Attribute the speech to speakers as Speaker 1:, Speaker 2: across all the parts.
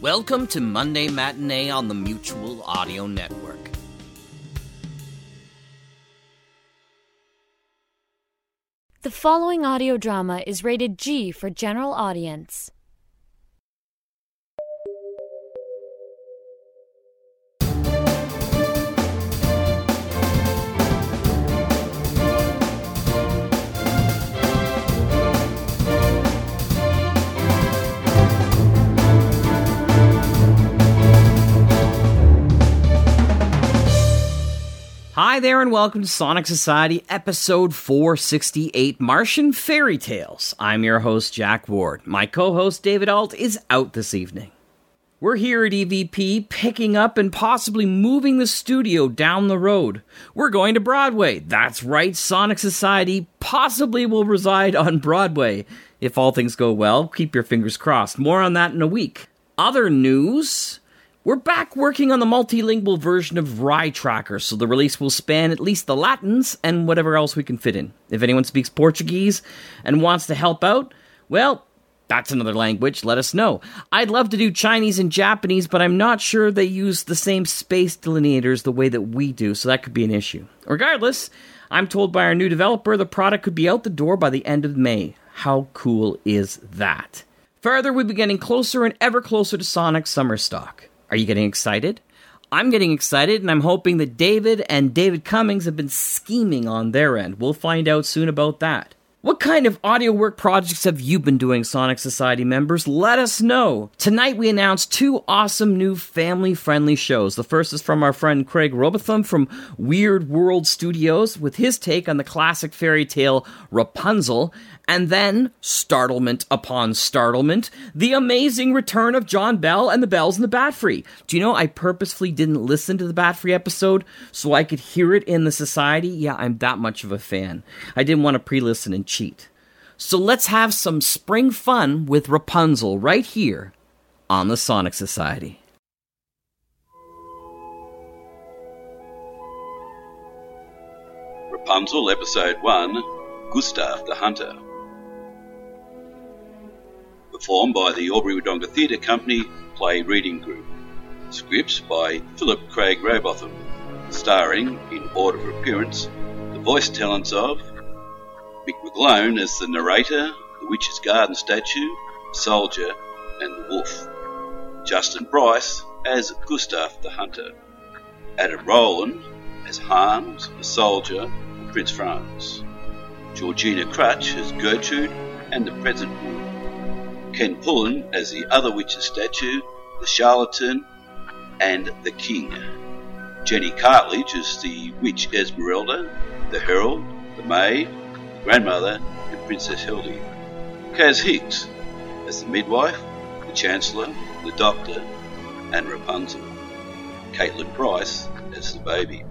Speaker 1: Welcome to Monday Matinee on the Mutual Audio Network.
Speaker 2: The following audio drama is rated G for general audience.
Speaker 1: Hi there, and welcome to Sonic Society, episode 468 Martian Fairy Tales. I'm your host, Jack Ward. My co host, David Alt, is out this evening. We're here at EVP, picking up and possibly moving the studio down the road. We're going to Broadway. That's right, Sonic Society possibly will reside on Broadway. If all things go well, keep your fingers crossed. More on that in a week. Other news. We're back working on the multilingual version of Rye Tracker, so the release will span at least the Latins and whatever else we can fit in. If anyone speaks Portuguese and wants to help out, well, that's another language, let us know. I'd love to do Chinese and Japanese, but I'm not sure they use the same space delineators the way that we do, so that could be an issue. Regardless, I'm told by our new developer the product could be out the door by the end of May. How cool is that? Further, we've been getting closer and ever closer to Sonic Summer Stock. Are you getting excited? I'm getting excited, and I'm hoping that David and David Cummings have been scheming on their end. We'll find out soon about that. What kind of audio work projects have you been doing, Sonic Society members? Let us know. Tonight, we announced two awesome new family friendly shows. The first is from our friend Craig Robotham from Weird World Studios with his take on the classic fairy tale Rapunzel, and then, startlement upon startlement, the amazing return of John Bell and the Bells and the Bat Free. Do you know I purposefully didn't listen to the Bat Free episode so I could hear it in the society? Yeah, I'm that much of a fan. I didn't want to pre listen and cheat. So let's have some spring fun with Rapunzel right here on the Sonic Society.
Speaker 3: Rapunzel, Episode 1 Gustav the Hunter. Performed by the Aubrey Wodonga Theatre Company Play Reading Group. Scripts by Philip Craig Robotham. Starring, in order of appearance, the voice talents of Mick McGlone as the narrator, the Witch's Garden statue, Soldier, and the Wolf. Justin Bryce as Gustav the Hunter. Adam Rowland as Harms, the soldier, and Prince Franz. Georgina Crutch as Gertrude and the present woman. Ken Pullen as the other witch's statue, the charlatan, and the king. Jenny Cartledge as the witch Esmeralda, the herald, the maid, the grandmother, and Princess Hildy. Kaz Hicks as the midwife, the chancellor, the doctor, and Rapunzel. Caitlin Price as the baby.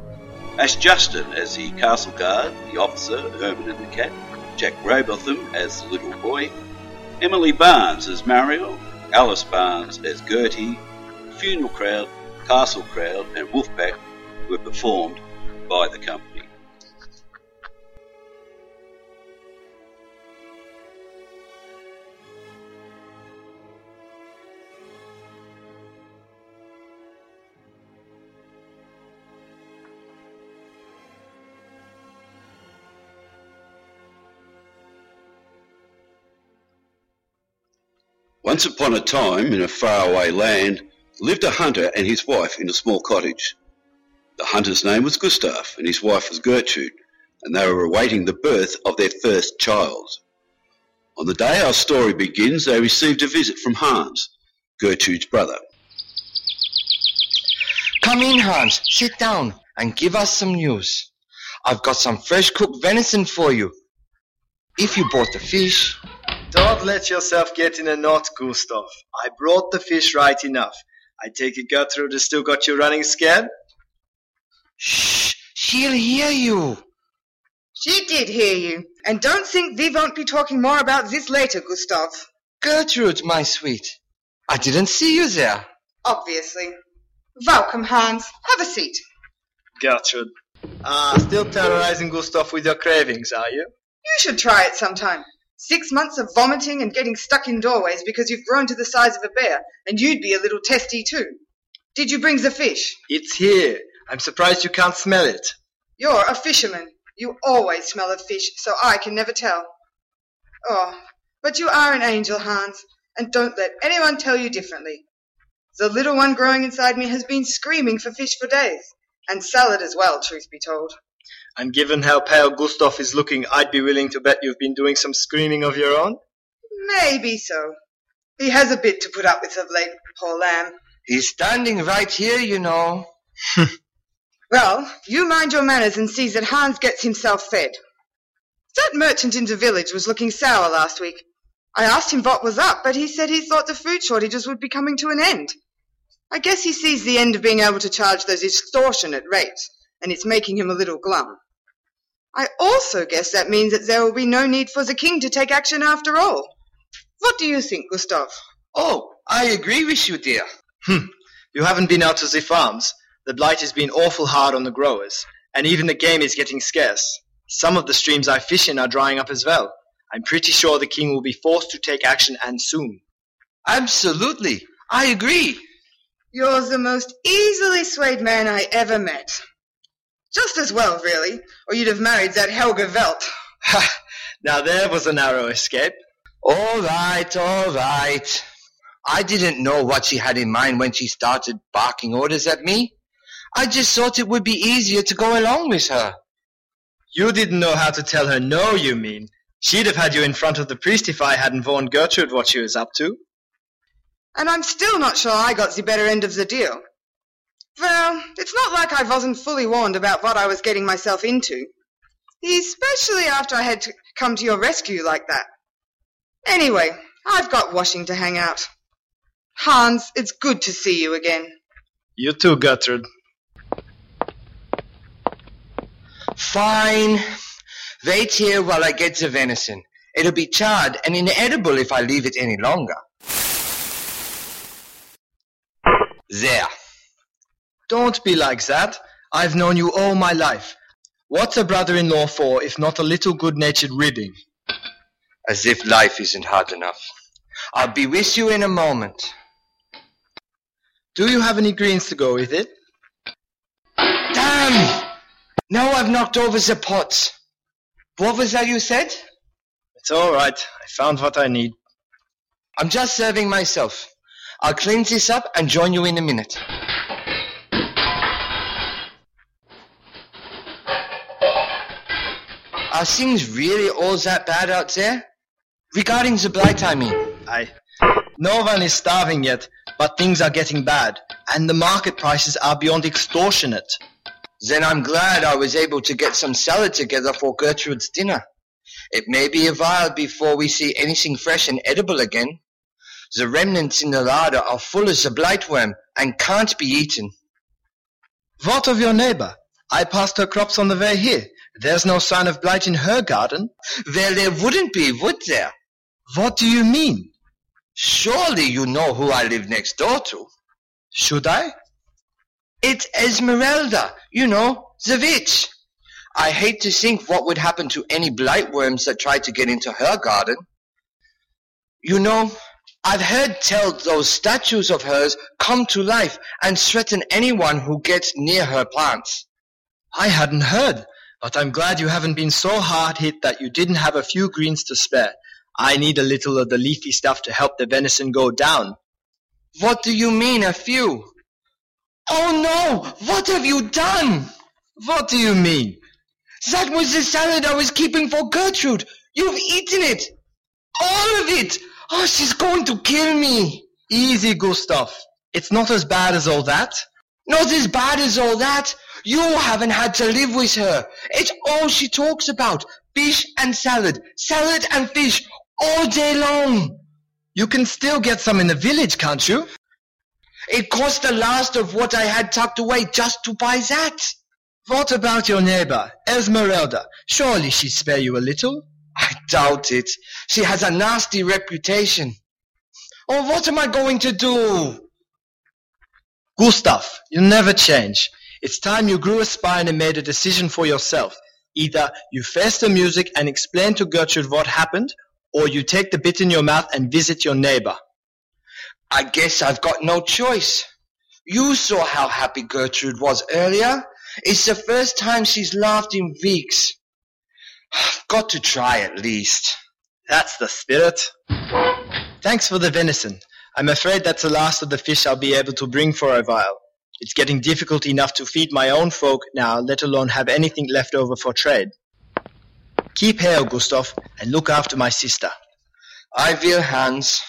Speaker 3: Ash Justin as the castle guard, the officer, Herman and the cat. Jack Robotham as the little boy. Emily Barnes as Mariel. Alice Barnes as Gertie. Funeral Crowd, Castle Crowd, and Wolfpack were performed by the company. Once upon a time, in a faraway land, lived a hunter and his wife in a small cottage. The hunter's name was Gustav, and his wife was Gertrude, and they were awaiting the birth of their first child. On the day our story begins, they received a visit from Hans, Gertrude's brother.
Speaker 4: Come in, Hans. Sit down and give us some news. I've got some fresh cooked venison for you. If you bought the fish,
Speaker 5: Don't let yourself get in a knot, Gustav. I brought the fish right enough. I take it Gertrude has still got you running scared?
Speaker 4: shh, she'll hear you.
Speaker 6: She did hear you. And don't think we won't be talking more about this later, Gustav.
Speaker 4: Gertrude, my sweet, I didn't see you there.
Speaker 6: Obviously. Welcome, Hans. Have a seat.
Speaker 5: Gertrude. Ah, still terrorizing Gustav with your cravings, are you?
Speaker 6: You should try it sometime. Six months of vomiting and getting stuck in doorways because you've grown to the size of a bear, and you'd be a little testy too. Did you bring the fish?
Speaker 5: It's here. I'm surprised you can't smell it.
Speaker 6: You're a fisherman. You always smell of fish, so I can never tell. Oh, but you are an angel, Hans, and don't let anyone tell you differently. The little one growing inside me has been screaming for fish for days, and salad as well, truth be told.
Speaker 5: And given how pale Gustav is looking, I'd be willing to bet you've been doing some screaming of your own.
Speaker 6: Maybe so. He has a bit to put up with of late, poor lamb.
Speaker 7: He's standing right here, you know.
Speaker 6: Well, you mind your manners and see that Hans gets himself fed. That merchant in the village was looking sour last week. I asked him what was up, but he said he thought the food shortages would be coming to an end. I guess he sees the end of being able to charge those extortionate rates, and it's making him a little glum. I also guess that means that there will be no need for the king to take action after all. What do you think, Gustav?
Speaker 7: Oh, I agree with you, dear.
Speaker 5: Hmm. You haven't been out to the farms. The blight has been awful hard on the growers, and even the game is getting scarce. Some of the streams I fish in are drying up as well. I'm pretty sure the king will be forced to take action and soon.
Speaker 7: Absolutely. I agree.
Speaker 6: You're the most easily swayed man I ever met. Just as well, really, or you'd have married that Helga Velt.
Speaker 5: Ha! Now there was a narrow escape.
Speaker 7: All right, all right. I didn't know what she had in mind when she started barking orders at me. I just thought it would be easier to go along with her.
Speaker 5: You didn't know how to tell her no, you mean. She'd have had you in front of the priest if I hadn't warned Gertrude what she was up to.
Speaker 6: And I'm still not sure I got the better end of the deal. Well, it's not like I wasn't fully warned about what I was getting myself into, especially after I had to come to your rescue like that. Anyway, I've got washing to hang out. Hans, it's good to see you again.
Speaker 5: You too, Gertrude.
Speaker 7: Fine. Wait here while I get the venison. It'll be charred and inedible if I leave it any longer. There.
Speaker 5: Don't be like that. I've known you all my life. What's a brother in law for if not a little good natured ribbing?
Speaker 7: As if life isn't hard enough. I'll be with you in a moment.
Speaker 5: Do you have any greens to go with it?
Speaker 7: Damn! Now I've knocked over the pots. What was that you said?
Speaker 5: It's all right. I found what I need.
Speaker 7: I'm just serving myself. I'll clean this up and join you in a minute. Are things really all that bad out there? Regarding the blight, I mean.
Speaker 5: I. No one is starving yet, but things are getting bad, and the market prices are beyond extortionate.
Speaker 7: Then I'm glad I was able to get some salad together for Gertrude's dinner. It may be a while before we see anything fresh and edible again. The remnants in the larder are full of the blightworm and can't be eaten.
Speaker 5: What of your neighbor? I passed her crops on the way here. There's no sign of blight in her garden.
Speaker 7: Well, there wouldn't be, would there?
Speaker 5: What do you mean?
Speaker 7: Surely you know who I live next door to.
Speaker 5: Should I?
Speaker 7: It's Esmeralda, you know, the witch. I hate to think what would happen to any blightworms that tried to get into her garden. You know, I've heard tell those statues of hers come to life and threaten anyone who gets near her plants.
Speaker 5: I hadn't heard, but I'm glad you haven't been so hard hit that you didn't have a few greens to spare. I need a little of the leafy stuff to help the venison go down.
Speaker 7: What do you mean, a few? Oh no! What have you done?
Speaker 5: What do you mean?
Speaker 7: That was the salad I was keeping for Gertrude. You've eaten it. All of it. Oh, she's going to kill me.
Speaker 5: Easy, Gustav. It's not as bad as all that.
Speaker 7: Not as bad as all that. You haven't had to live with her. It's all she talks about. Fish and salad. Salad and fish. All day long.
Speaker 5: You can still get some in the village, can't you?
Speaker 7: It cost the last of what I had tucked away just to buy that.
Speaker 5: What about your neighbor, Esmeralda? Surely she'd spare you a little.
Speaker 7: I doubt it. She has a nasty reputation. Oh, what am I going to do?
Speaker 5: Gustav, you never change. It's time you grew a spine and made a decision for yourself. Either you face the music and explain to Gertrude what happened, or you take the bit in your mouth and visit your neighbor.
Speaker 4: I guess I've got no choice. You saw how happy Gertrude was earlier. It's the first time she's laughed in weeks. I've got to try at least.
Speaker 5: That's the spirit. Thanks for the venison. I'm afraid that's the last of the fish I'll be able to bring for a while. It's getting difficult enough to feed my own folk now, let alone have anything left over for trade. Keep hail, Gustav, and look after my sister.
Speaker 4: I will, Hans.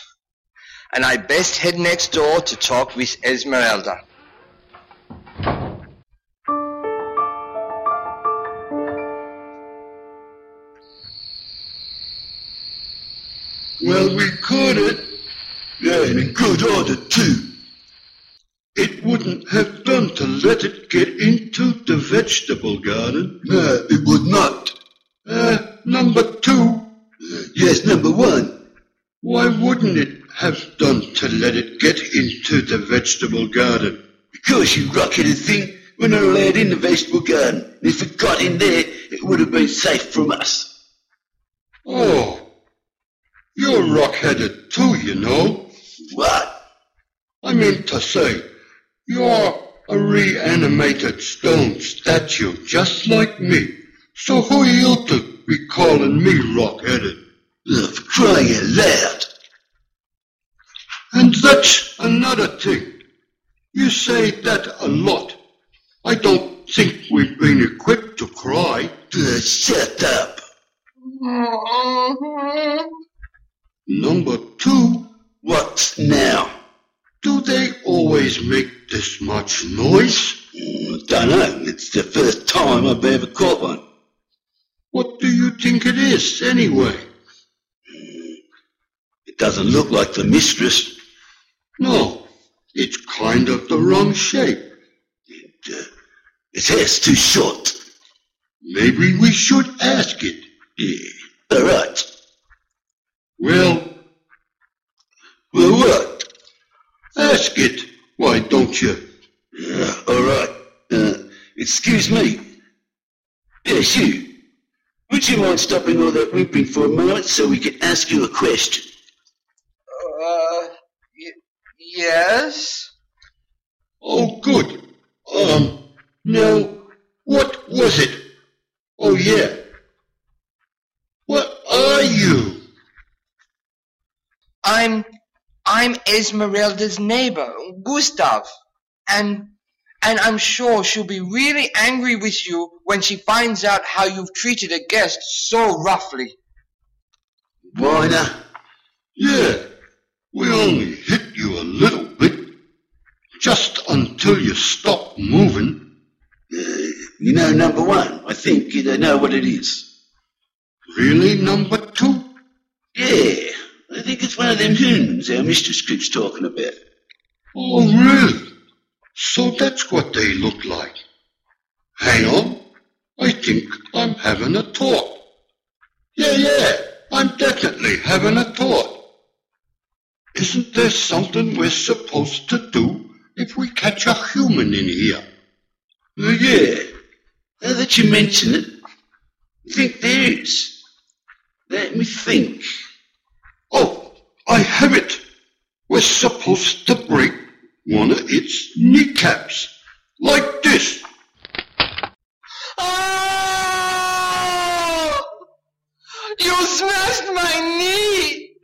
Speaker 4: And I best head next door to talk with Esmeralda.
Speaker 8: Well, we caught it, and in good order too. It wouldn't have done to let it get into the vegetable garden. No, it would not. Uh, number two. Yes, number one. Why wouldn't it have done to let it get into the vegetable garden? Because you rocketed thing were not allowed in the vegetable garden. And if it got in there, it would have been safe from us. Oh, you're rock-headed too, you know. What? I mean to say, you're a reanimated stone statue, just like me. So who are you to be calling me rock-headed? Love crying loud. And that's another thing. You say that a lot. I don't think we've been equipped to cry. shut up. Number two. What now? Do they always make this much noise? dunno. It's the first time I've ever caught one. What do you think it is, anyway? Mm, It doesn't look like the mistress. No, it's kind of the wrong shape. It, uh, its hair's too short. Maybe we should ask it. Yeah, all right. Well, well, what? Ask it. Why don't you? all right. Uh, excuse me. Yes, you. Would you mind stopping all that whooping for a moment so we can ask you a question?
Speaker 4: Uh, y- yes?
Speaker 8: Oh, good. Um, now, what was it? Oh, yeah. What are you?
Speaker 4: I'm, I'm Esmeralda's neighbor, Gustav. And, and I'm sure she'll be really angry with you when she finds out how you've treated a guest so roughly.
Speaker 8: Miner? Yeah, we only hit you a little bit. Just until you stop moving. you know, number one, I think you know what it is. Really, number two? Yeah, I think it's one of them hymns our mistress keeps talking about. Oh, really? So that's what they look like. Hang on, I think I'm having a talk. Yeah, yeah, I'm definitely having a thought. Isn't there something we're supposed to do if we catch a human in here? Uh, yeah, now that you mention it, I think there is. Let me think. Oh, I have it. We're supposed to break one of its kneecaps. Like this.
Speaker 4: Oh! You smashed my knee!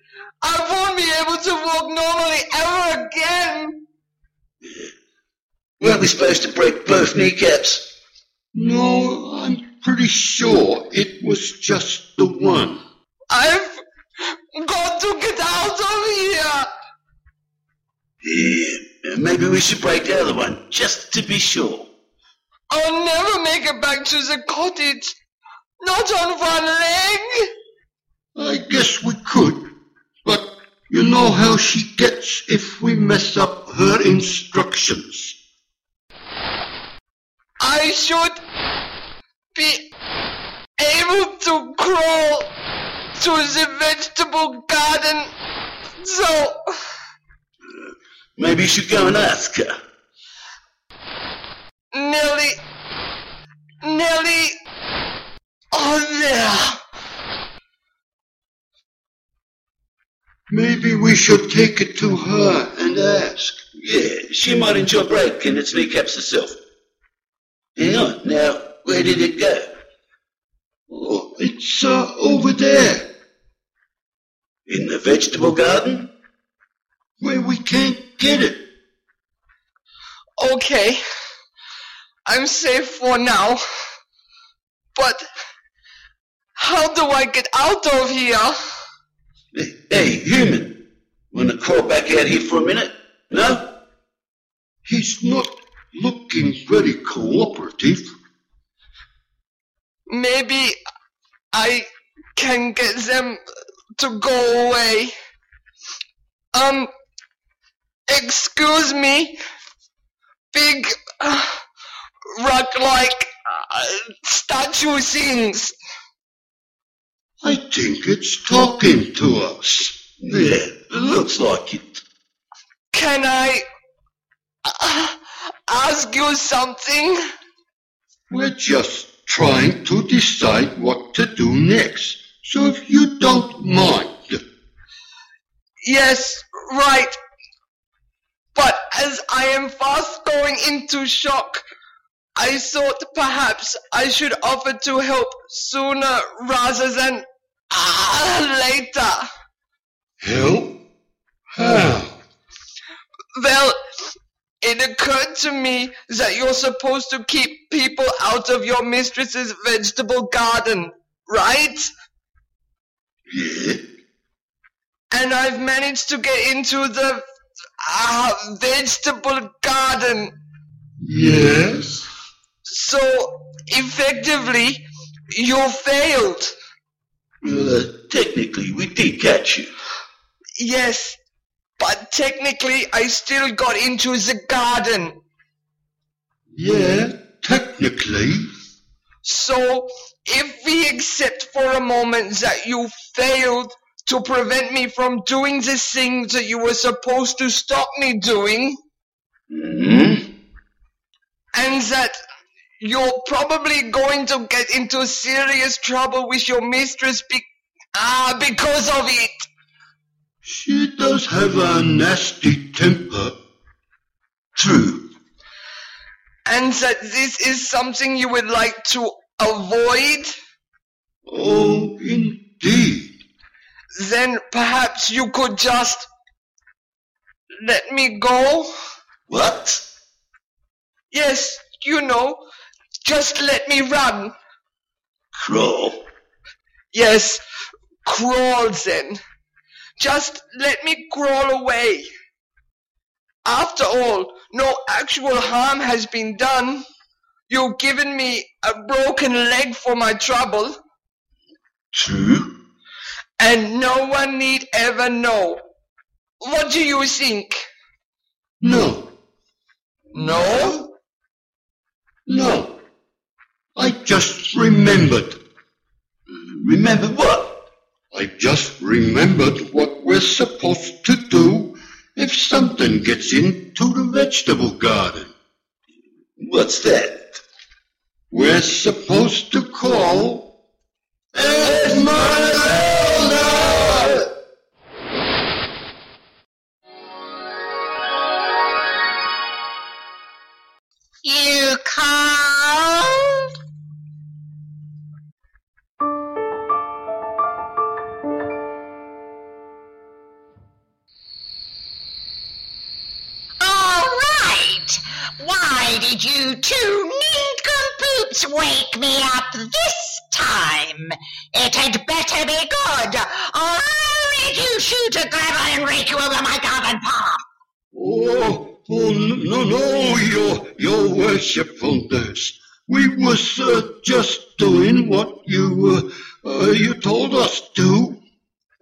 Speaker 4: I won't be able to walk normally ever again!
Speaker 8: Weren't we supposed to break both kneecaps? No, I'm pretty sure it was just the one.
Speaker 4: I've got to get out of here!
Speaker 8: Yeah, maybe we should break the other one, just to be sure.
Speaker 4: I'll never make it back to the cottage! Not on one leg!
Speaker 8: I guess we could, but you know how she gets if we mess up her instructions.
Speaker 4: I should be able to crawl to the vegetable garden so
Speaker 8: Maybe you should go and ask her.
Speaker 4: nearly, nearly, oh there.
Speaker 8: Maybe we should take it to her and ask.
Speaker 9: Yeah, she might enjoy breaking its kneecaps herself. Hang on, now, where did it go?
Speaker 8: Oh, it's uh, over there,
Speaker 9: In the vegetable garden?
Speaker 8: where we can't get it.
Speaker 4: Okay. I'm safe for now. But how do I get out of here?
Speaker 9: Hey, hey, human, wanna crawl back out here for a minute? No?
Speaker 8: He's not looking very cooperative.
Speaker 4: Maybe I can get them to go away. Um, excuse me, big uh, rock-like uh, statue things.
Speaker 8: I think it's talking to us.
Speaker 9: Yeah, looks like it.
Speaker 4: Can I uh, ask you something?
Speaker 8: We're just trying to decide what to do next. So if you don't mind,
Speaker 4: Yes, right. But as I am fast going into shock, I thought perhaps I should offer to help sooner rather than ah, later.
Speaker 8: help? How?
Speaker 4: Well, it occurred to me that you're supposed to keep people out of your mistress's vegetable garden, right?
Speaker 8: Yeah,
Speaker 4: And I've managed to get into the uh, vegetable garden.
Speaker 8: yes.
Speaker 4: So effectively, you failed.
Speaker 9: Uh, technically, we did catch you.
Speaker 4: Yes, but technically, I still got into the garden.
Speaker 8: Yeah, technically.
Speaker 4: So if we accept for a moment that you failed to prevent me from doing the thing that you were supposed to stop me doing,
Speaker 9: Mm-hmm.
Speaker 4: and that you're probably going to get into serious trouble with your mistress be- ah, because of it.
Speaker 8: She does have a nasty temper. True.
Speaker 4: and that this is something you would like to avoid,
Speaker 8: Oh, indeed.
Speaker 4: then perhaps you could just let me go.
Speaker 9: What?
Speaker 4: Yes, you know, just let me run.
Speaker 9: Crawl.
Speaker 4: Yes, crawl then. Just let me crawl away. After all, no actual harm has been done. You've given me a broken leg for my trouble.
Speaker 9: True.
Speaker 4: and no one need ever know. What do you think?
Speaker 8: No,
Speaker 4: No?
Speaker 8: no. I just remembered.
Speaker 9: Remember what?
Speaker 8: I just remembered what we're supposed to do if something gets into the vegetable garden.
Speaker 9: What's that?
Speaker 8: We're supposed to call
Speaker 9: Esmeralda!
Speaker 10: You called? All right. Why did you two nincompoops wake me up this time? It had better be good, or I'll make you shoot a gravel and rake you over my garden path.
Speaker 8: Oh, oh no, no, your, your worshipfulness. We was uh, just doing what you, uh, uh, you told us to.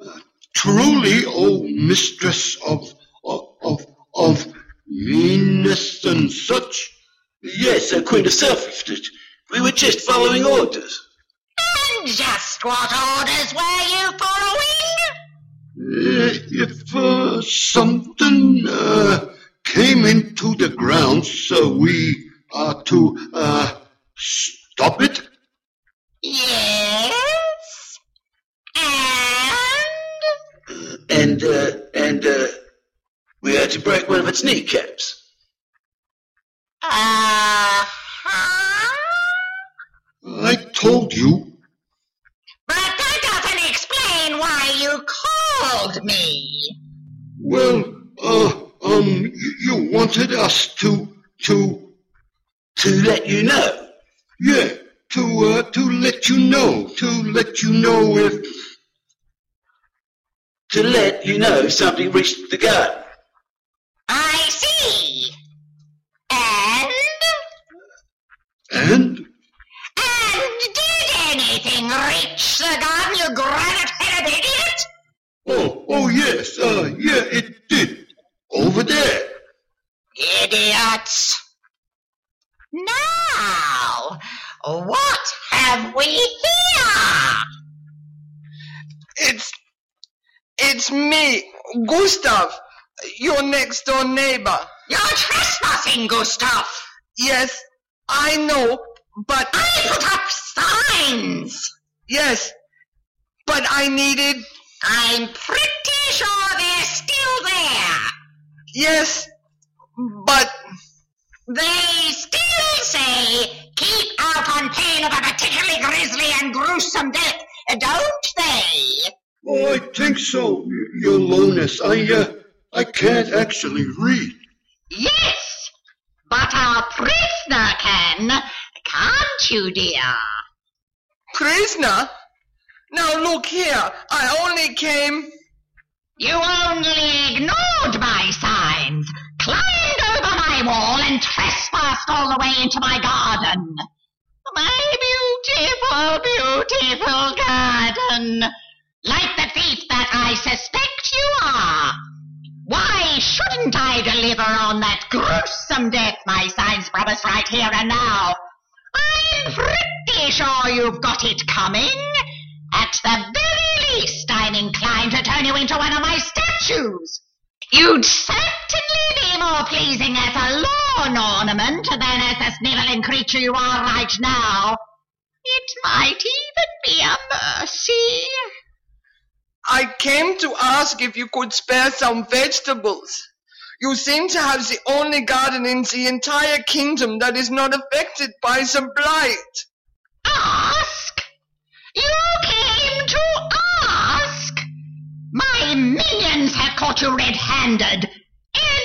Speaker 8: Uh, truly, oh mistress of, of, of, of meanness and such.
Speaker 9: Yes, the Queen herself lifted. We were just following orders.
Speaker 10: And just what orders were you following?
Speaker 8: Uh, if uh, something uh, came into the grounds, uh, we are to uh, stop it.
Speaker 10: Yes. And
Speaker 9: And and uh, and uh, we had to break one of its kneecaps.
Speaker 8: I told you.
Speaker 10: But that doesn't explain why you called me.
Speaker 8: Well, uh, um, you, you wanted us to, to,
Speaker 9: to let you know.
Speaker 8: Yeah, to, uh, to let you know, to let you know if,
Speaker 9: To let you know something reached the garden.
Speaker 10: I see. And?
Speaker 8: and
Speaker 10: And did anything reach the gun, you granite-headed idiot?
Speaker 8: oh, oh yes, uh, yeah, it did, over there.
Speaker 10: Idiots! Now, what have we here?
Speaker 4: It's. It's me, Gustav, your next door neighbor.
Speaker 10: You're trespassing, Gustav!
Speaker 4: Yes, I know, but.
Speaker 10: I put up signs!
Speaker 4: Yes, but I needed.
Speaker 10: I'm pretty sure they're still there!
Speaker 4: Yes, but.
Speaker 10: They still say, keep out on pain of a particularly grisly and gruesome death, don't they?
Speaker 8: Oh, I think so, y- your lowness. I, uh, I can't actually read.
Speaker 10: Yes, but our prisoner can, can't you, dear?
Speaker 4: Prisoner? Now look here, I only came.
Speaker 10: You only ignored my signs, climbed over my wall, and trespassed all the way into my garden. My beautiful, beautiful garden. Like the thief that I suspect you are. Why shouldn't I deliver on that gruesome death my signs promise right here and now? I'm pretty sure you've got it coming. At the very least, I'm inclined to turn you into one of my statues. You'd certainly be more pleasing as a lawn ornament than as the snivelling creature you are right now. It might even be a mercy.
Speaker 4: I came to ask if you could spare some vegetables. You seem to have the only garden in the entire kingdom that is not affected by the blight.
Speaker 10: Ask? You came to ask? My minions have caught you red-handed in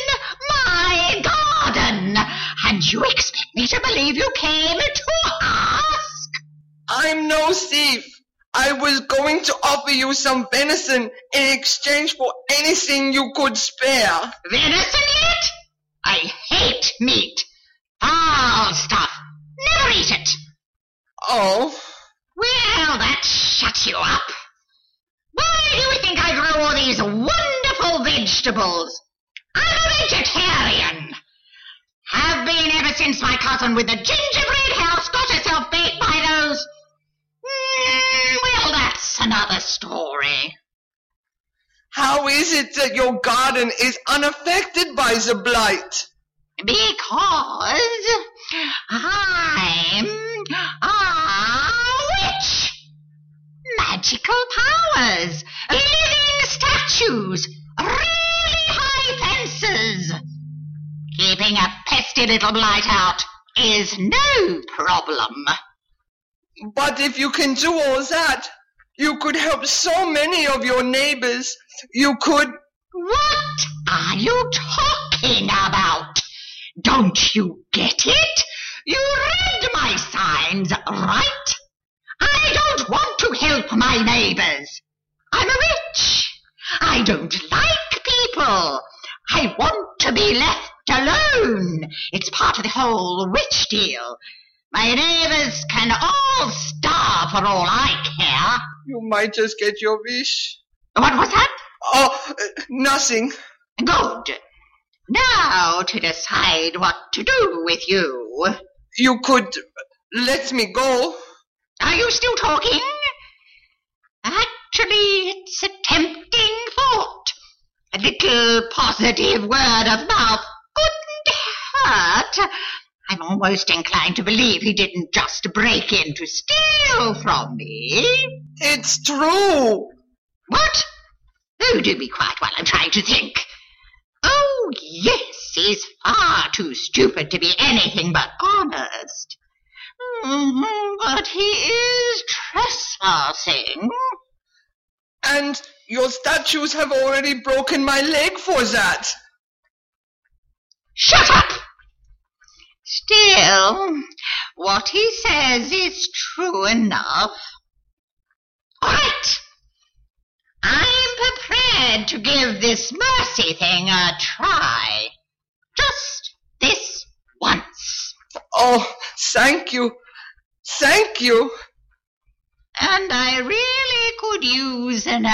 Speaker 10: my garden, and you expect me to believe you came to ask?
Speaker 4: I'm no thief. I was going to offer you some venison in exchange for anything you could spare.
Speaker 10: Venison yet? I hate meat. Foul stuff. Ah, Never eat it.
Speaker 4: Oh,
Speaker 10: Well, that shuts you up. Why do you think I grow all these wonderful vegetables? I'm a vegetarian. Have been ever since my cousin with the gingerbread house got herself baked by those. Mm, well, that's another story.
Speaker 4: how is it that your garden is unaffected by the blight?
Speaker 10: Because I'm a witch. Magical powers, living statues, really high fences. Keeping a pesty little blight out is no problem.
Speaker 4: But if you can do all that, you could help so many of your neighbors. You could.
Speaker 10: What are you talking about? Don't you get it? You read my signs, right? I don't want to help my neighbors. I'm a witch. I don't like people. I want to be left alone. It's part of the whole witch deal. My neighbors can all starve for all I care.
Speaker 4: You might just get your wish.
Speaker 10: What was that?
Speaker 4: Oh, uh, nothing.
Speaker 10: Good. Now to decide what to do with you.
Speaker 4: You could let me go.
Speaker 10: Are you still talking? Actually, it's a tempting thought. A little positive word of mouth couldn't hurt. I'm almost inclined to believe he didn't just break in to steal from me.
Speaker 4: It's true.
Speaker 10: What? Oh, do be quiet while I'm trying to think. Oh, yes, he's far too stupid to be anything but honest. Mhm, But he is trespassing.
Speaker 4: And your statues have already broken my leg for that.
Speaker 10: Shut up! Still, what he says is true enough. All right! I'm prepared to give this mercy thing a try. Just this once.
Speaker 4: Oh, thank you. Thank you.
Speaker 10: And I really could use an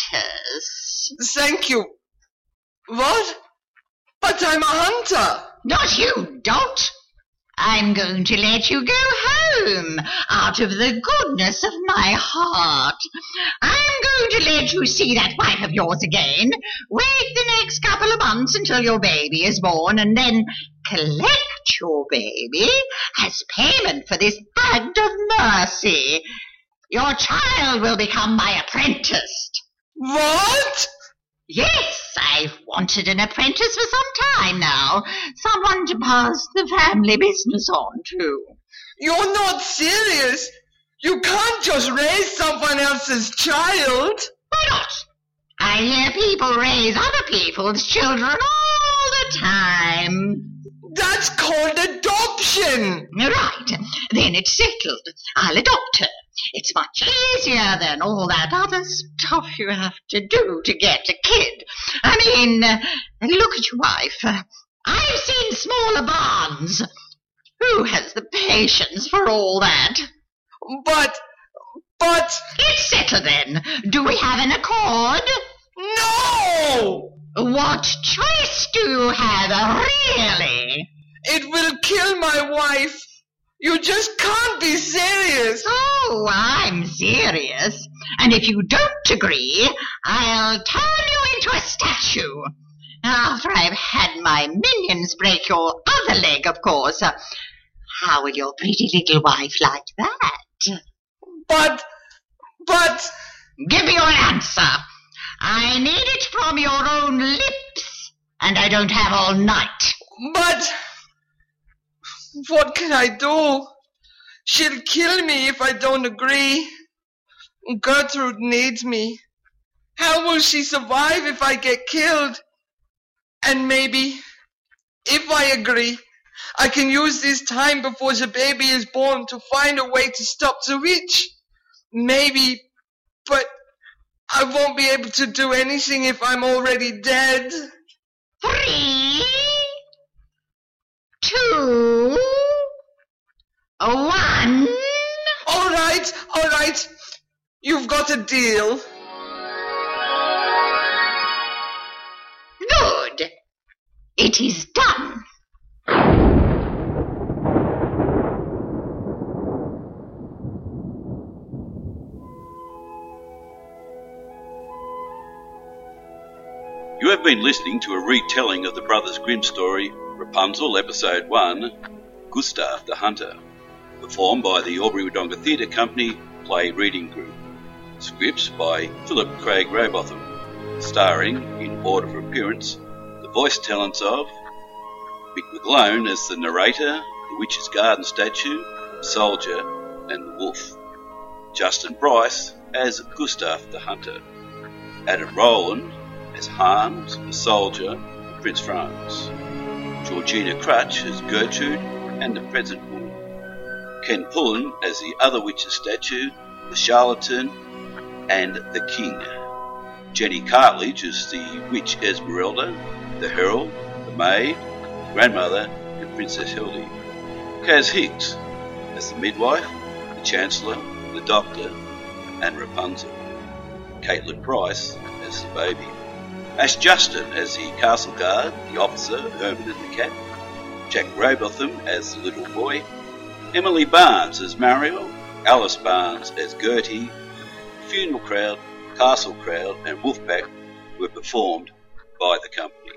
Speaker 10: apprentice.
Speaker 4: Thank you. What? But I'm a hunter.
Speaker 10: Not you, Dot. I'm going to let you go home out of the goodness of my heart. I'm going to let you see that wife of yours again. Wait the next couple of months until your baby is born and then collect your baby as payment for this act of mercy. Your child will become my apprentice.
Speaker 4: What?
Speaker 10: Yes, I've wanted an apprentice for some time now. Someone to pass the family business on to.
Speaker 4: You're not serious. You can't just raise someone else's child.
Speaker 10: Why not? I hear people raise other people's children all the time.
Speaker 4: That's called adoption.
Speaker 10: Right, then it's settled. I'll adopt her. It's much easier than all that other stuff you have to do to get a kid. I mean, uh, look at your wife. Uh, I've seen smaller barns. Who has the patience for all that?
Speaker 4: But, but,
Speaker 10: It's settled then. Do we have an accord?
Speaker 4: no!
Speaker 10: What choice do you have, really?
Speaker 4: It will kill my wife. You just can't be serious.
Speaker 10: Oh, I'm serious. And if you don't agree, I'll turn you into a statue. After I've had my minions break your other leg, of course. How will your pretty little wife like that?
Speaker 4: But, but,
Speaker 10: Give me your answer. I need it from your own lips, and I don't have all night.
Speaker 4: but, what can I do? She'll kill me if I don't agree. Gertrude needs me. How will she survive if I get killed? And maybe, if I agree, I can use this time before the baby is born to find a way to stop the witch. Maybe, but I won't be able to do anything if I'm already dead.
Speaker 10: three, two, one.
Speaker 4: All right, all right. You've got a deal.
Speaker 10: Good. It is done.
Speaker 3: You have been listening to a retelling of the Brothers Grimm story Rapunzel, Episode 1 Gustav the Hunter, performed by the Aubrey Wodonga Theatre Company Play Reading Group. Scripts by Philip Craig Robotham, starring, in order of appearance, the voice talents of Mick McGlone as the narrator, the Witch's Garden statue, soldier, and the wolf. Justin Bryce as Gustav the Hunter. Adam Rowland as Harms, the soldier, and Prince Franz. Georgina Crutch as Gertrude and the present woman. Ken Pullen as the other witch's statue, the charlatan, and the king. Jenny Cartledge as the witch Esmeralda, the herald, the maid, the grandmother, and Princess Hildy. Kaz Hicks as the midwife, the chancellor, the doctor, and Rapunzel. Caitlin Price as the baby. Ash Justin as the castle guard, the officer, Herman and the cat. Jack Robotham as the little boy. Emily Barnes as Mario. Alice Barnes as Gertie. Funeral Crowd, Castle Crowd, and Wolfpack were performed by the company.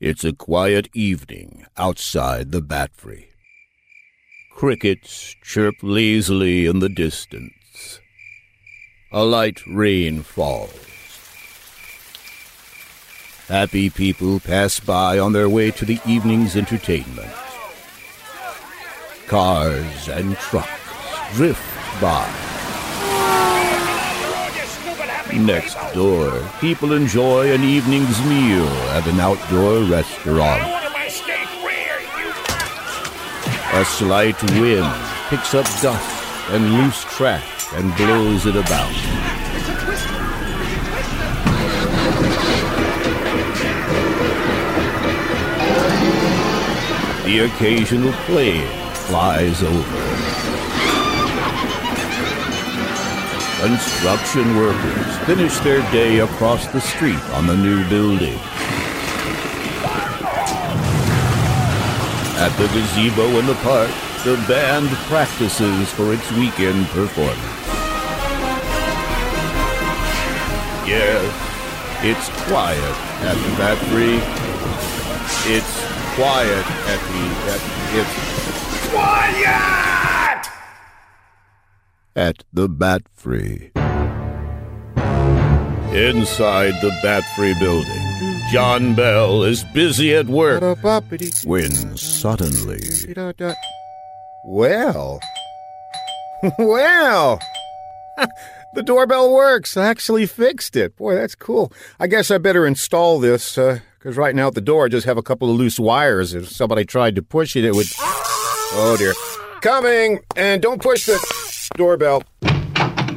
Speaker 11: It's a quiet evening outside the battery. Crickets chirp lazily in the distance. A light rain falls. Happy people pass by on their way to the evening's entertainment. Cars and trucks drift by. Next door, people enjoy an evening's meal at an outdoor restaurant. A slight wind picks up dust and loose trash and blows it about. The occasional plane flies over. Construction workers finish their day across the street on the new building. At the gazebo in the park, the band practices for its weekend performance. Yes, it's quiet at the factory. It's quiet at the at, it's quiet at the bat free. Inside the bat free building, John Bell is busy at work when suddenly
Speaker 12: Well. well. the doorbell works. I actually fixed it. Boy, that's cool. I guess I better install this, because right now at the door I just have a couple of loose wires. If somebody tried to push it, it would. Oh, dear. Coming! And don't push the doorbell.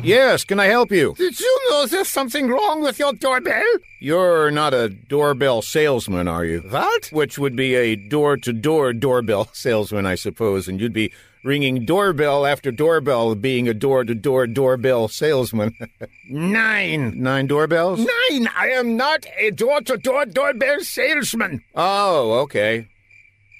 Speaker 12: Yes, can I help you?
Speaker 13: Did you know there's something wrong with your doorbell?
Speaker 12: You're not a doorbell salesman, are you?
Speaker 13: What?
Speaker 12: Which would be a door to door doorbell salesman, I suppose, and you'd be ringing doorbell after doorbell being a door to door doorbell salesman.
Speaker 13: Nine.
Speaker 12: Nine doorbells?
Speaker 13: Nine. I am not a door to door doorbell salesman.
Speaker 12: Oh, okay.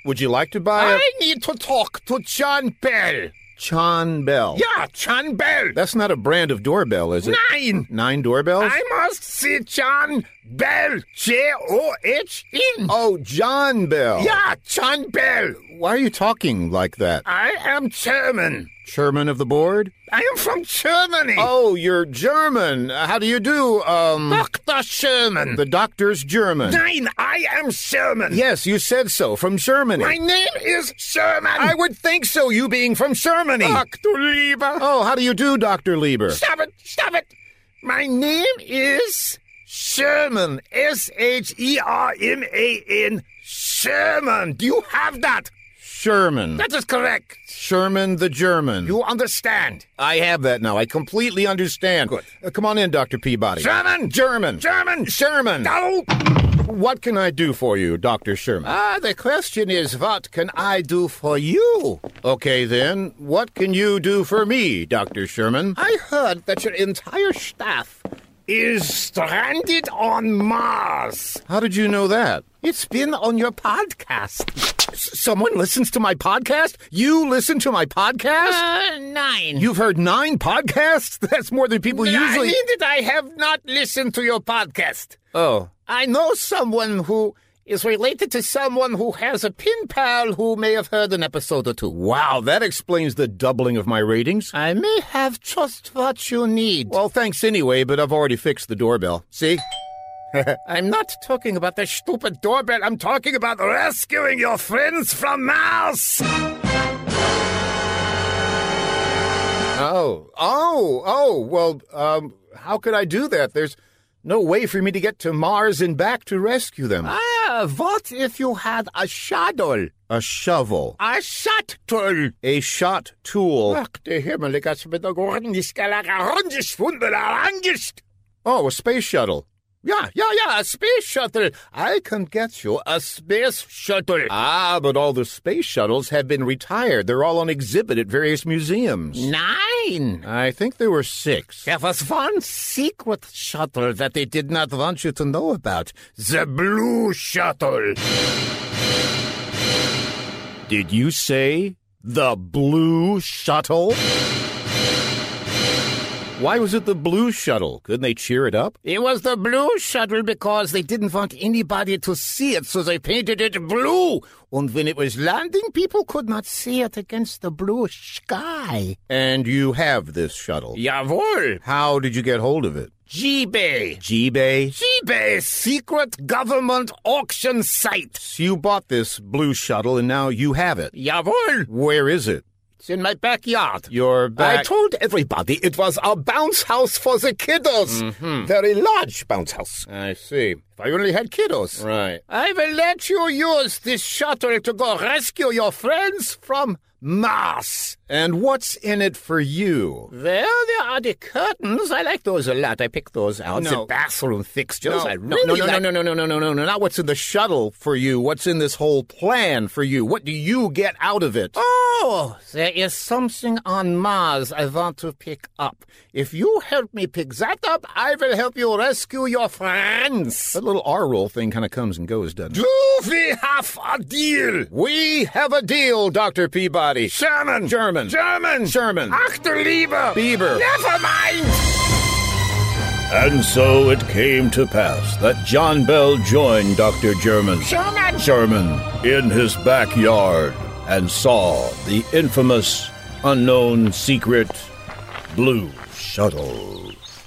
Speaker 12: Would you like to buy
Speaker 13: I need to talk to John Bell.
Speaker 12: a Chon Bell?
Speaker 13: Yeah, John Bell.
Speaker 12: That's not a brand of doorbell, is it?
Speaker 13: Nine.
Speaker 12: Nine doorbells?
Speaker 13: I must see John Bell. J O H N.
Speaker 12: Oh, John Bell.
Speaker 13: Yeah, John Bell.
Speaker 12: Why are you
Speaker 14: Hmm,
Speaker 12: talking like that?
Speaker 13: I am German.
Speaker 12: Chairman of the board?
Speaker 13: I am from Germany.
Speaker 12: Oh, you're German. Uh, How do you do? Um,
Speaker 13: Dr. Sherman.
Speaker 12: the doctor's German.
Speaker 13: Nine, I am Sherman.
Speaker 12: Yes, you said so. From Germany.
Speaker 13: My name is Sherman.
Speaker 12: I would think so. You being from Germany.
Speaker 13: Dr. Lieber.
Speaker 12: Oh, how do you do, Doctor Lieber?
Speaker 13: Stop it, stop it. My name is Sherman. S H E R M A N. Sherman. Do you have that?
Speaker 12: Sherman.
Speaker 13: That is correct.
Speaker 12: Sherman the German.
Speaker 13: You understand.
Speaker 12: I have that now. I completely understand.
Speaker 13: Good.
Speaker 12: Uh, come on in, Doctor Peabody.
Speaker 13: Sherman.
Speaker 12: German.
Speaker 13: German.
Speaker 12: Sherman.
Speaker 13: No.
Speaker 12: What can I do for you, Doctor Sherman? Ah, the question is, what can I do for you? Okay, then, what can you do for me, Doctor Sherman?
Speaker 13: I heard that your entire staff is stranded on Mars.
Speaker 12: How did you know that?
Speaker 13: It's been on your podcast. S- someone listens to my podcast? You listen to my podcast?
Speaker 12: Uh,
Speaker 13: nine.
Speaker 12: You've heard nine podcasts? That's more than people usually.
Speaker 13: that I have not listened to your podcast.
Speaker 12: Oh,
Speaker 13: I know someone who is related to someone who has a pin pal who may have heard an episode or two.
Speaker 12: wow, that explains the doubling of my ratings.
Speaker 13: I may have just what you need.
Speaker 12: Well, thanks anyway, but I've already fixed the doorbell. See?
Speaker 13: I'm not talking about the stupid doorbell. I'm talking about rescuing your friends from Mars.
Speaker 12: Oh, oh, oh, well, um, how could I do that? There's no way for me to get to Mars and back to rescue them.
Speaker 13: Ah, what if you had a shuttle?
Speaker 12: A shovel.
Speaker 13: A shuttle.
Speaker 12: A shot tool.
Speaker 13: Ach, der Himmel, ich hab's mit der herumgeschwunden, herangest.
Speaker 12: Oh, a space shuttle.
Speaker 13: Yeah, yeah, yeah, a space shuttle. I can get you a space shuttle.
Speaker 12: Ah, but all the space shuttles have been retired. They're all on exhibit at various museums.
Speaker 13: Nine.
Speaker 12: I think there were six.
Speaker 13: There was one secret shuttle that they did not want you to know about. The blue shuttle.
Speaker 12: Did you say the blue shuttle?
Speaker 14: Why was it the blue shuttle? Couldn't they cheer it up?
Speaker 12: It was the blue shuttle because they didn't want anybody to see it, so they painted it blue. And when it was landing, people could not see it against the blue sky.
Speaker 14: And you have this shuttle.
Speaker 12: Jawohl.
Speaker 14: How did you get hold of it?
Speaker 12: G-Bay.
Speaker 14: G-Bay?
Speaker 12: G-Bay, secret government auction site.
Speaker 14: So you bought this blue shuttle and now you have it.
Speaker 12: Jawohl.
Speaker 14: Where is it?
Speaker 12: It's in my backyard.
Speaker 14: Your back.
Speaker 15: I told everybody it was a bounce house for the kiddos. Very large bounce house.
Speaker 14: Mm-hmm. I see.
Speaker 15: If I only had kiddos.
Speaker 14: Right.
Speaker 12: I will let you use this shuttle to go rescue your friends from Mars.
Speaker 14: And what's in it for you?
Speaker 12: Well, there are the curtains. I like those a lot. I pick those out.
Speaker 14: No.
Speaker 12: The bathroom fixtures.
Speaker 14: No,
Speaker 12: I
Speaker 14: no,
Speaker 12: really
Speaker 14: no, no,
Speaker 12: like.
Speaker 14: no, no, no, no, no, no, no, not what's in the shuttle for you. What's in this whole plan for you? What do you get out of it?
Speaker 12: Oh, there is something on Mars I want to pick up. If you help me pick that up, I will help you rescue your friends.
Speaker 14: That little R roll thing kind of comes and goes, doesn't it?
Speaker 15: Do we have a deal?
Speaker 14: We have a deal, Dr. Peabody.
Speaker 15: Sherman!
Speaker 14: German.
Speaker 15: German!
Speaker 14: Sherman.
Speaker 15: Achterliebe!
Speaker 14: Bieber.
Speaker 15: Never mind!
Speaker 11: And so it came to pass that John Bell joined Dr. German
Speaker 12: Sherman!
Speaker 11: Sherman in his backyard and saw the infamous unknown secret blue shuttle.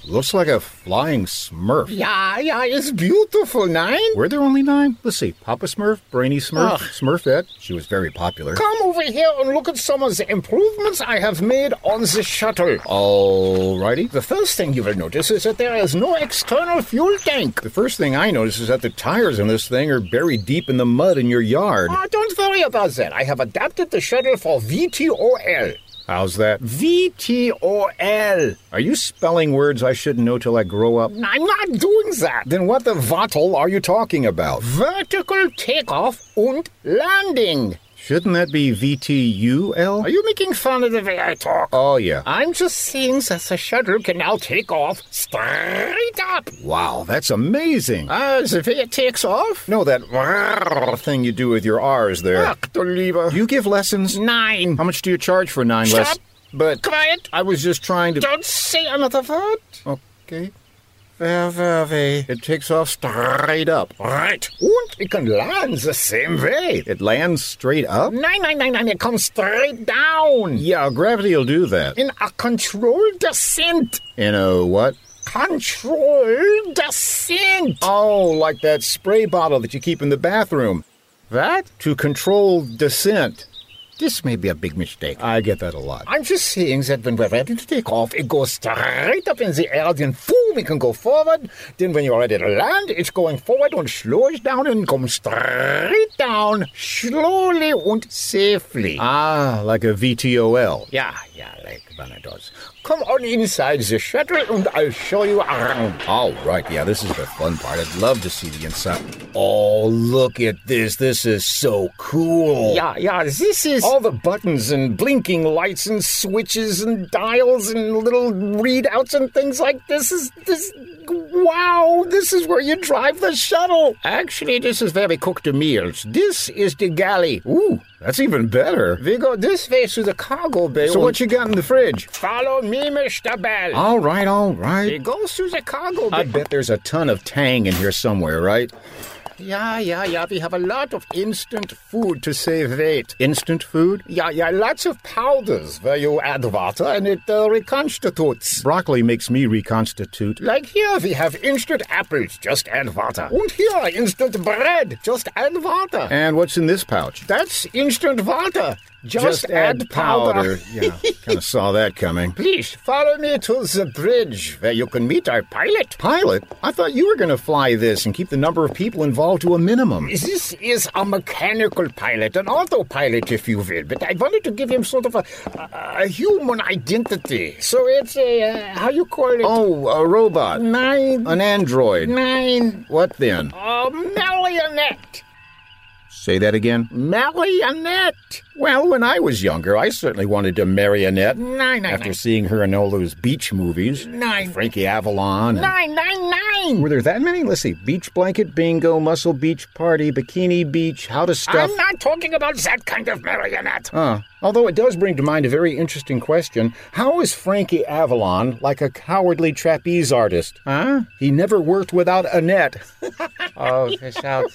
Speaker 14: Looks like a flying smurf.
Speaker 12: Yeah, yeah, it's beautiful, nine.
Speaker 14: Were there only nine? Let's see. Papa Smurf, Brainy Smurf,
Speaker 12: Ugh.
Speaker 14: Smurfette. She was very popular.
Speaker 12: Come over here and look at some of the improvements I have made on the shuttle.
Speaker 14: Alrighty.
Speaker 12: The first thing you will notice is that there is no external fuel tank.
Speaker 14: The first thing I notice is that the tires on this thing are buried deep in the mud in your yard.
Speaker 12: Oh, don't worry about that. I have adapted the shuttle for VTOL.
Speaker 14: How's that?
Speaker 12: VTOL.
Speaker 14: Are you spelling words I shouldn't know till I grow up?
Speaker 12: I'm not doing that.
Speaker 14: Then what the vattel are you talking about?
Speaker 12: Vertical takeoff and landing.
Speaker 14: Shouldn't that be VTUL?
Speaker 12: Are you making fun of the way I talk?
Speaker 14: Oh, yeah.
Speaker 12: I'm just saying that the shuttle can now take off straight up.
Speaker 14: Wow, Uh, that's amazing.
Speaker 12: Ah, the way it takes off?
Speaker 14: No, that thing you do with your R's there.
Speaker 12: Achterliebe.
Speaker 14: Do you give lessons?
Speaker 12: Nine.
Speaker 14: How much do you charge for nine
Speaker 12: Shut
Speaker 14: lessons?
Speaker 12: up.
Speaker 14: But
Speaker 12: Quiet.
Speaker 14: I was just trying to.
Speaker 12: Don't say another word.
Speaker 14: Okay. It takes off straight up.
Speaker 12: Right. And it can land the same way.
Speaker 14: It lands straight up?
Speaker 12: Nine, nine, nine, nine. It comes straight down
Speaker 14: Yeah, gravity will do that.
Speaker 12: in a controlled descent.
Speaker 14: In a what?
Speaker 12: Controlled descent.
Speaker 14: Oh, like that spray bottle that you keep in the bathroom.
Speaker 12: What?
Speaker 14: To control descent.
Speaker 12: This may be a big mistake.
Speaker 14: I get that a lot.
Speaker 12: I'm just saying that when we're ready to take off, it goes straight up in the air, then boom, it can go forward. Then when you're ready to land, it's going forward and slows down and comes straight down, slowly and safely.
Speaker 14: Ah, like a VTOL.
Speaker 12: Yeah, yeah, like one of those. Come on inside the shuttle and I'll show you around.
Speaker 14: All right, yeah, this is the fun part. I'd love to see the inside. Oh, look at this. This is so cool.
Speaker 12: Yeah, yeah, this is all the buttons and blinking lights and switches and dials and little readouts and things like this is this wow, this is where you drive the shuttle. Actually, this is where we cook the meals. This is the galley.
Speaker 14: Ooh, that's even better.
Speaker 12: We go this way to the cargo bay.
Speaker 14: So, what you got in the fridge?
Speaker 12: follow me, Mr. Bell.
Speaker 14: All right, all
Speaker 12: we
Speaker 14: right.
Speaker 12: go through the cargo bay.
Speaker 14: I bet there's a ton of tang in here somewhere, right?
Speaker 12: Yeah, yeah, yeah. We have a lot of instant food to
Speaker 14: save weight. Instant food?
Speaker 12: Yeah, yeah, lots of powders where you add water and it uh, reconstitutes.
Speaker 14: Broccoli makes me reconstitute.
Speaker 12: Like here, we have instant apples, just add water. And here, instant bread, just add water.
Speaker 14: And what's in this pouch?
Speaker 12: That's instant water, just, add, powder.
Speaker 14: yeah, kind of saw that coming.
Speaker 12: Please follow me to the bridge where you can meet our pilot.
Speaker 14: Pilot, I thought you were going to fly this and keep the number of people involved to a minimum.
Speaker 12: This is a mechanical pilot, an autopilot, if you will, but I wanted to give him sort of a, a, a human identity. So it's a, uh, how you call it?
Speaker 14: Oh, a robot.
Speaker 12: Nine,
Speaker 14: An android.
Speaker 12: nine,
Speaker 14: What then?
Speaker 12: a millionette. Say that again.
Speaker 2: Marionette.
Speaker 12: Well, when I was younger, I certainly wanted to marionette.
Speaker 2: Nine, nine,
Speaker 12: After
Speaker 2: nine.
Speaker 12: seeing her in all those beach movies.
Speaker 2: Nine.
Speaker 12: Frankie Avalon. and-
Speaker 2: Nine, nine, nine.
Speaker 12: Were there that many? Let's see. Beach Blanket Bingo, Muscle Beach Party, Bikini Beach, How to Stuff.
Speaker 2: I'm not talking about that kind of marionette.
Speaker 12: Huh. Although it does bring to mind a very interesting question. How is Frankie Avalon like a cowardly trapeze artist? Huh? He never worked without a net. oh, fish out.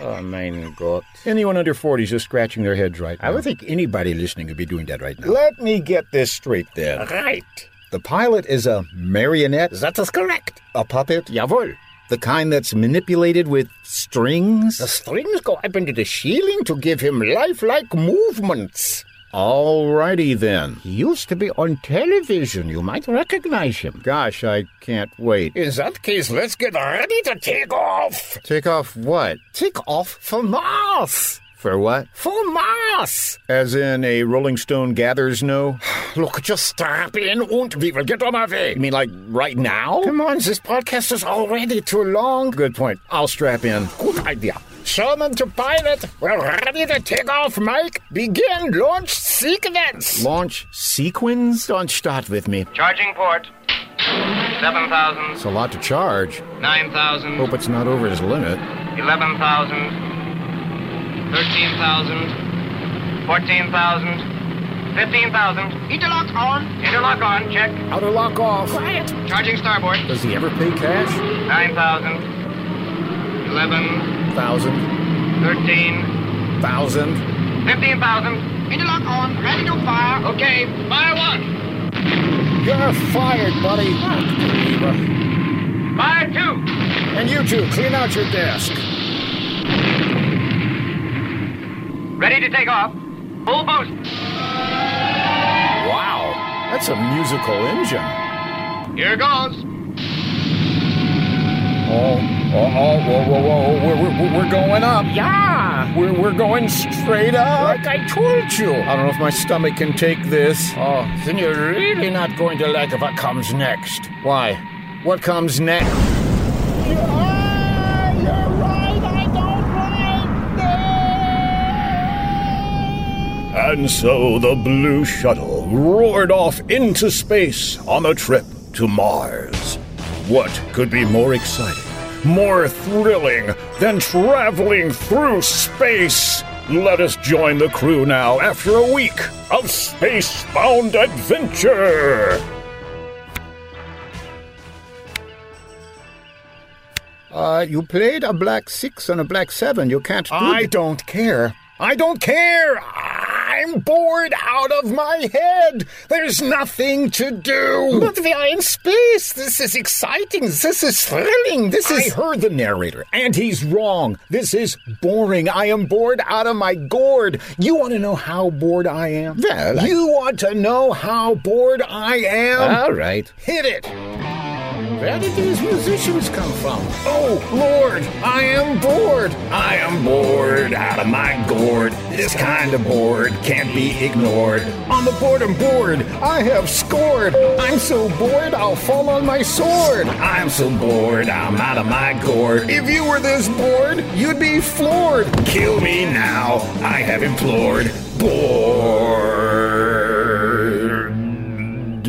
Speaker 12: Oh, my God. Anyone under 40 is just scratching their heads right now. I would think anybody listening would be doing that right now. Let me get this straight then.
Speaker 2: Right.
Speaker 12: The pilot is a marionette. That
Speaker 2: is correct.
Speaker 12: A puppet? Jawohl. The kind that's manipulated with strings?
Speaker 2: The strings go up into the ceiling to give him lifelike movements.
Speaker 12: Alrighty then.
Speaker 2: He used to be on television. You might recognize him.
Speaker 12: Gosh, I can't wait.
Speaker 2: In that case, let's get ready to take off.
Speaker 12: Take off what?
Speaker 2: Take off for Mars.
Speaker 12: For what?
Speaker 2: For Mars.
Speaker 12: As in a Rolling Stone gathers no?
Speaker 2: Look, just strap in and we will get on our way.
Speaker 12: You mean like right now?
Speaker 2: Come on, this podcast is already too long.
Speaker 12: Good point. I'll strap in.
Speaker 2: Good idea. Sherman to pilot. We're ready to take off, Mike. Begin launch sequence.
Speaker 12: Launch sequins? Don't start with me.
Speaker 4: Charging port. 7,000,
Speaker 12: It's a lot to charge.
Speaker 4: 9,000,
Speaker 12: Hope it's not over his limit.
Speaker 4: 11,000, 13,000, 14,000, 15,000. Interlock on. Interlock on, check.
Speaker 12: Outer lock off.
Speaker 4: Quiet. Charging starboard.
Speaker 12: Does he ever pay cash?
Speaker 4: 9,000, 11,
Speaker 12: Thousand.
Speaker 4: 13,
Speaker 12: Thousand.
Speaker 4: 15,000. Interlock on. Ready to fire. Okay, fire one.
Speaker 2: You're fired, buddy.
Speaker 4: Fire two.
Speaker 2: And you two, clean out your desk.
Speaker 4: Ready to take off. Full boost.
Speaker 12: Wow. That's a musical engine.
Speaker 4: Here goes.
Speaker 12: Oh, oh, oh, whoa, whoa, whoa. We're, we're, we're going up.
Speaker 2: Yeah.
Speaker 12: We're, we're going straight up.
Speaker 2: Like I told you.
Speaker 12: I don't know if my stomach can take this.
Speaker 2: Oh, then you're really not going to like what comes next.
Speaker 12: Why? What comes next?
Speaker 11: And so the Blue Shuttle roared off into space on a trip to Mars. What could be more exciting, more thrilling than traveling through space? Let us join the crew now after a week of space bound adventure.
Speaker 12: Uh, you played a black six and a black seven. You can't do
Speaker 2: I don't care. I don't care. I'm bored out of my head. There's nothing to do. But we are in space. This is exciting. This is thrilling. This
Speaker 12: I heard the narrator, and he's wrong. This is boring. I am bored out of my gourd. You want to know how bored I am?
Speaker 2: Well, I-
Speaker 12: you want to know how bored I am?
Speaker 2: All right.
Speaker 12: Hit it.
Speaker 2: Where did these musicians come from?
Speaker 12: Oh, Lord, I am bored. I am bored out of my gourd. This kind of bored can't be ignored. On the boredom board, I have scored. I'm so bored, I'll fall on my sword. I'm so bored, I'm out of my gourd. If you were this bored, you'd be floored. Kill me now, I have implored. Bored.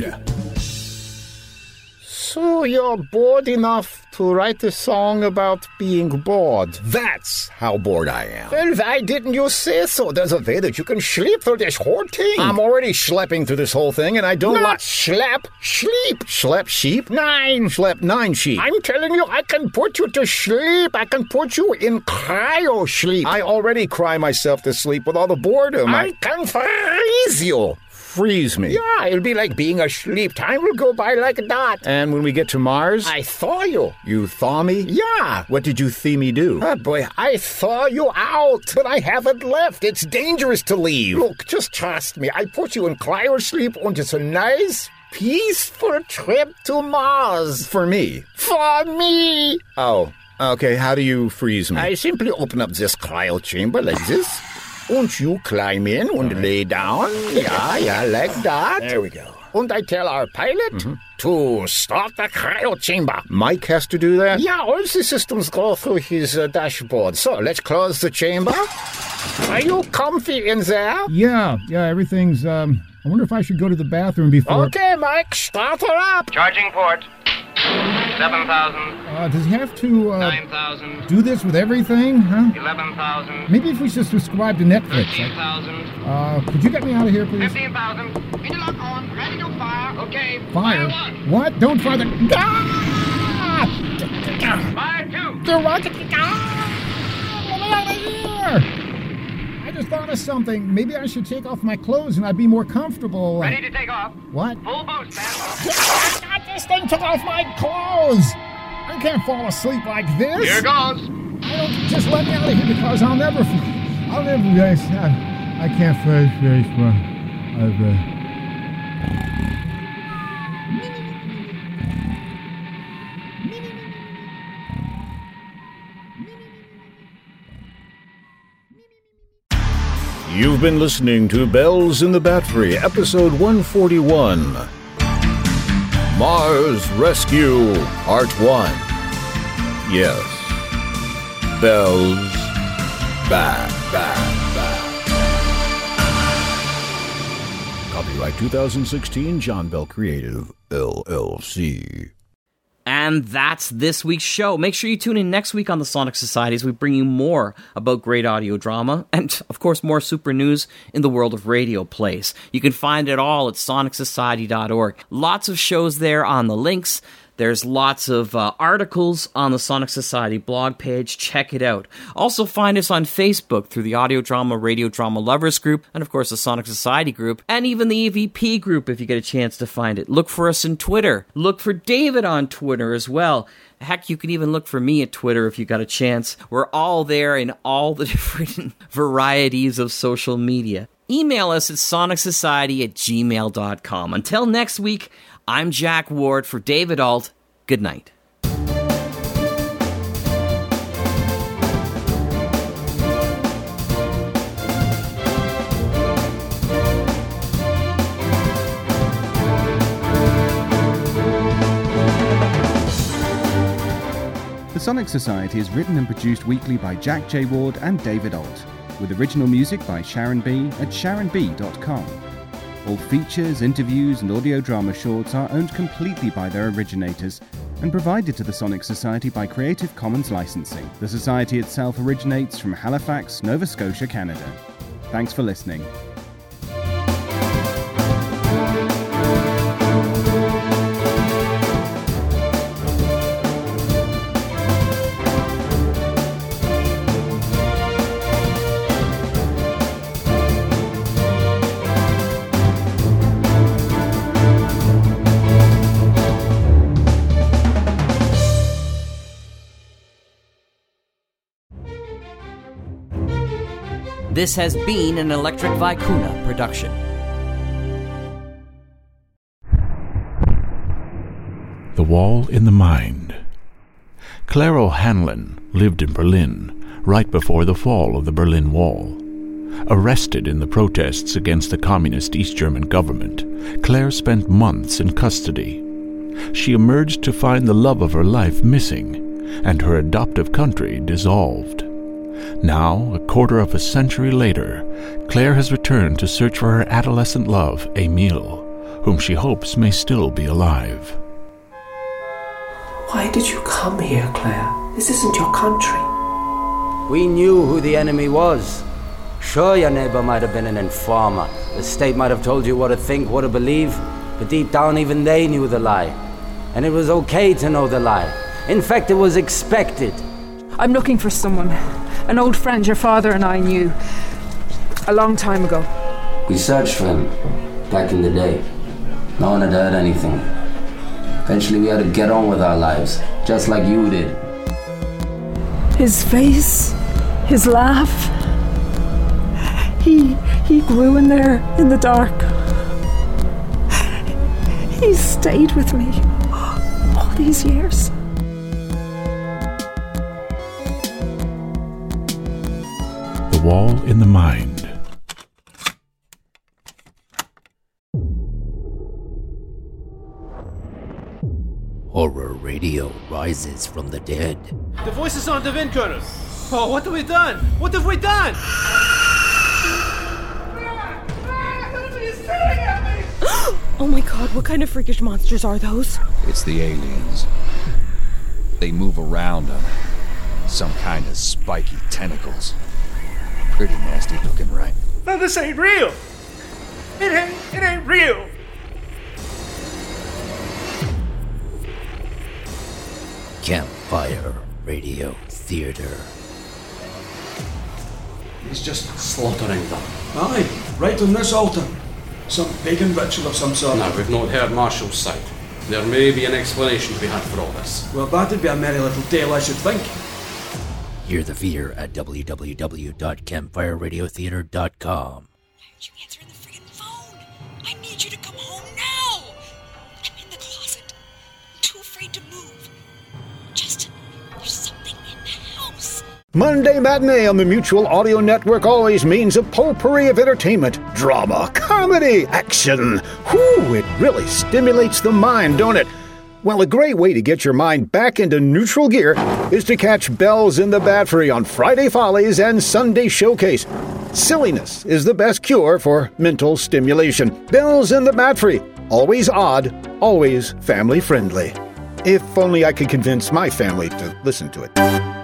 Speaker 2: So you're bored enough to write a song about being bored.
Speaker 12: That's how bored I am.
Speaker 2: Well, why didn't you say so? There's a way that you can sleep through this whole thing.
Speaker 12: I'm already schlepping through this whole thing, and I don't
Speaker 2: Not
Speaker 12: like
Speaker 2: slap, sleep.
Speaker 12: schlep sheep.
Speaker 2: Nine.
Speaker 12: Schlep nine sheep.
Speaker 2: I'm telling you, I can put you to sleep. I can put you in cryo sleep.
Speaker 12: I already cry myself to sleep with all the boredom.
Speaker 2: I can freeze you.
Speaker 12: freeze me.
Speaker 2: Yeah, it'll be like being asleep. Time will go by like that.
Speaker 12: And when we get to Mars,
Speaker 2: I thaw you.
Speaker 12: you thaw me?
Speaker 2: Yeah.
Speaker 12: What did you thee me do?
Speaker 2: Oh boy, I thaw you out, but I haven't left. It's dangerous to leave. Look, just trust me. I put you in cryo sleep, and it's a nice, peaceful trip to Mars.
Speaker 12: For me.
Speaker 2: For me.
Speaker 12: Oh. Okay, how do you freeze me?
Speaker 2: I simply open up this cryo chamber like this. Won't you climb in and lay down? Yeah, yeah, like that.
Speaker 12: There we go. and I tell our pilot
Speaker 16: Mm-hmm.
Speaker 12: to start the cryo chamber.
Speaker 14: Mike has to do that?
Speaker 12: Yeah, all the systems go through his uh, dashboard. So let's close the chamber. Are you comfy in there?
Speaker 16: Yeah, yeah, everything's. Um, I wonder if I should go to the bathroom before.
Speaker 12: Okay, Mike, start her up.
Speaker 17: Charging port. 7,000.
Speaker 16: Uh, does he have to uh,
Speaker 17: 9,000.
Speaker 16: do this with everything? Huh?
Speaker 17: 11,000.
Speaker 16: Maybe if we just subscribe to Netflix.
Speaker 17: 15,000.
Speaker 16: Uh, could you get me out of here, please?
Speaker 18: 15,000. Interlock on. Ready to fire. Okay.
Speaker 16: Fire. What? Don't fire the. Ah!
Speaker 18: Fire two.
Speaker 12: The rocket.
Speaker 16: I just thought of something. Maybe I should take off my clothes and I'd be more comfortable.
Speaker 18: Ready to take off.
Speaker 16: What?
Speaker 18: Full boat,
Speaker 12: Ah, God, this thing took off my clothes.
Speaker 16: I can't fall asleep like this.
Speaker 18: Here goes.
Speaker 16: I don't just let me out of here because I'll never. f- I'll never. Yes, I, I can't face face my. I've. Uh,
Speaker 11: You've been listening to Bells in the Battery, episode 141 Mars Rescue, Part 1. Yes. Bells. Back, back, back. Copyright 2016, John Bell Creative, LLC.
Speaker 1: And that's this week's show. Make sure you tune in next week on the Sonic Society as we bring you more about great audio drama and, of course, more super news in the world of radio plays. You can find it all at sonicsociety.org. Lots of shows there on the links. There's lots of uh, articles on the Sonic Society blog page. Check it out. Also, find us on Facebook through the Audio Drama Radio Drama Lovers group, and of course, the Sonic Society group, and even the EVP group if you get a chance to find it. Look for us in Twitter. Look for David on Twitter as well. Heck, you can even look for me at Twitter if you got a chance. We're all there in all the different varieties of social media. Email us at sonicsociety at gmail.com. Until next week, I'm Jack Ward for David Alt. Good night.
Speaker 19: The Sonic Society is written and produced weekly by Jack J. Ward and David Alt, with original music by Sharon B. at sharonb.com. All features, interviews, and audio drama shorts are owned completely by their originators and provided to the Sonic Society by Creative Commons licensing. The Society itself originates from Halifax, Nova Scotia, Canada. Thanks for listening.
Speaker 1: This has been an Electric Vicuna production.
Speaker 20: The Wall in the Mind. Clara O'Hanlon lived in Berlin right before the fall of the Berlin Wall. Arrested in the protests against the communist East German government, Claire spent months in custody. She emerged to find the love of her life missing and her adoptive country dissolved. Now, a quarter of a century later, Claire has returned to search for her adolescent love, Emile, whom she hopes may still be alive.
Speaker 21: Why did you come here, Claire? This isn't your country.
Speaker 22: We knew who the enemy was. Sure, your neighbor might have been an informer. The state might have told you what to think, what to believe. But deep down, even they knew the lie. And it was okay to know the lie. In fact, it was expected.
Speaker 23: I'm looking for someone. An old friend your father and I knew a long time ago.
Speaker 22: We searched for him back in the day. No one had heard anything. Eventually, we had to get on with our lives, just like you did.
Speaker 24: His face, his laugh. He he grew in there in the dark. He stayed with me all these years.
Speaker 20: The Wall in the Mind.
Speaker 2: Horror radio rises from the dead.
Speaker 20: The voices on the wind colonel. Oh, what have we done? What have we done?
Speaker 1: oh my god, what kind of freakish monsters are those?
Speaker 19: It's the aliens. They move around on some kind of spiky tentacles. Pretty nasty looking, right?
Speaker 20: No, this ain't real. It ain't. It ain't real.
Speaker 2: Campfire Radio Theater.
Speaker 25: He's just slaughtering them. Aye, right on this altar. Some pagan ritual of some sort.
Speaker 3: No, we've not heard Marshall's side. There may be an explanation to be had for all this.
Speaker 25: Well, that'd be a merry little tale, I should think.
Speaker 2: Hear the fear at www.campfireradiotheater.com.
Speaker 4: you answering the freaking phone? I need you to come home now. I'm in the closet, too afraid to move. Just there's something in the house.
Speaker 12: Monday Matinee on the Mutual Audio Network always means a potpourri of entertainment, drama, comedy, action. Whew, it really stimulates the mind, don't it? Well, a great way to get your mind back into neutral gear is to catch Bells in the Battery on Friday Follies and Sunday Showcase. Silliness is the best cure for mental stimulation. Bells in the Battery, always odd, always family friendly. If only I could convince my family to listen to it.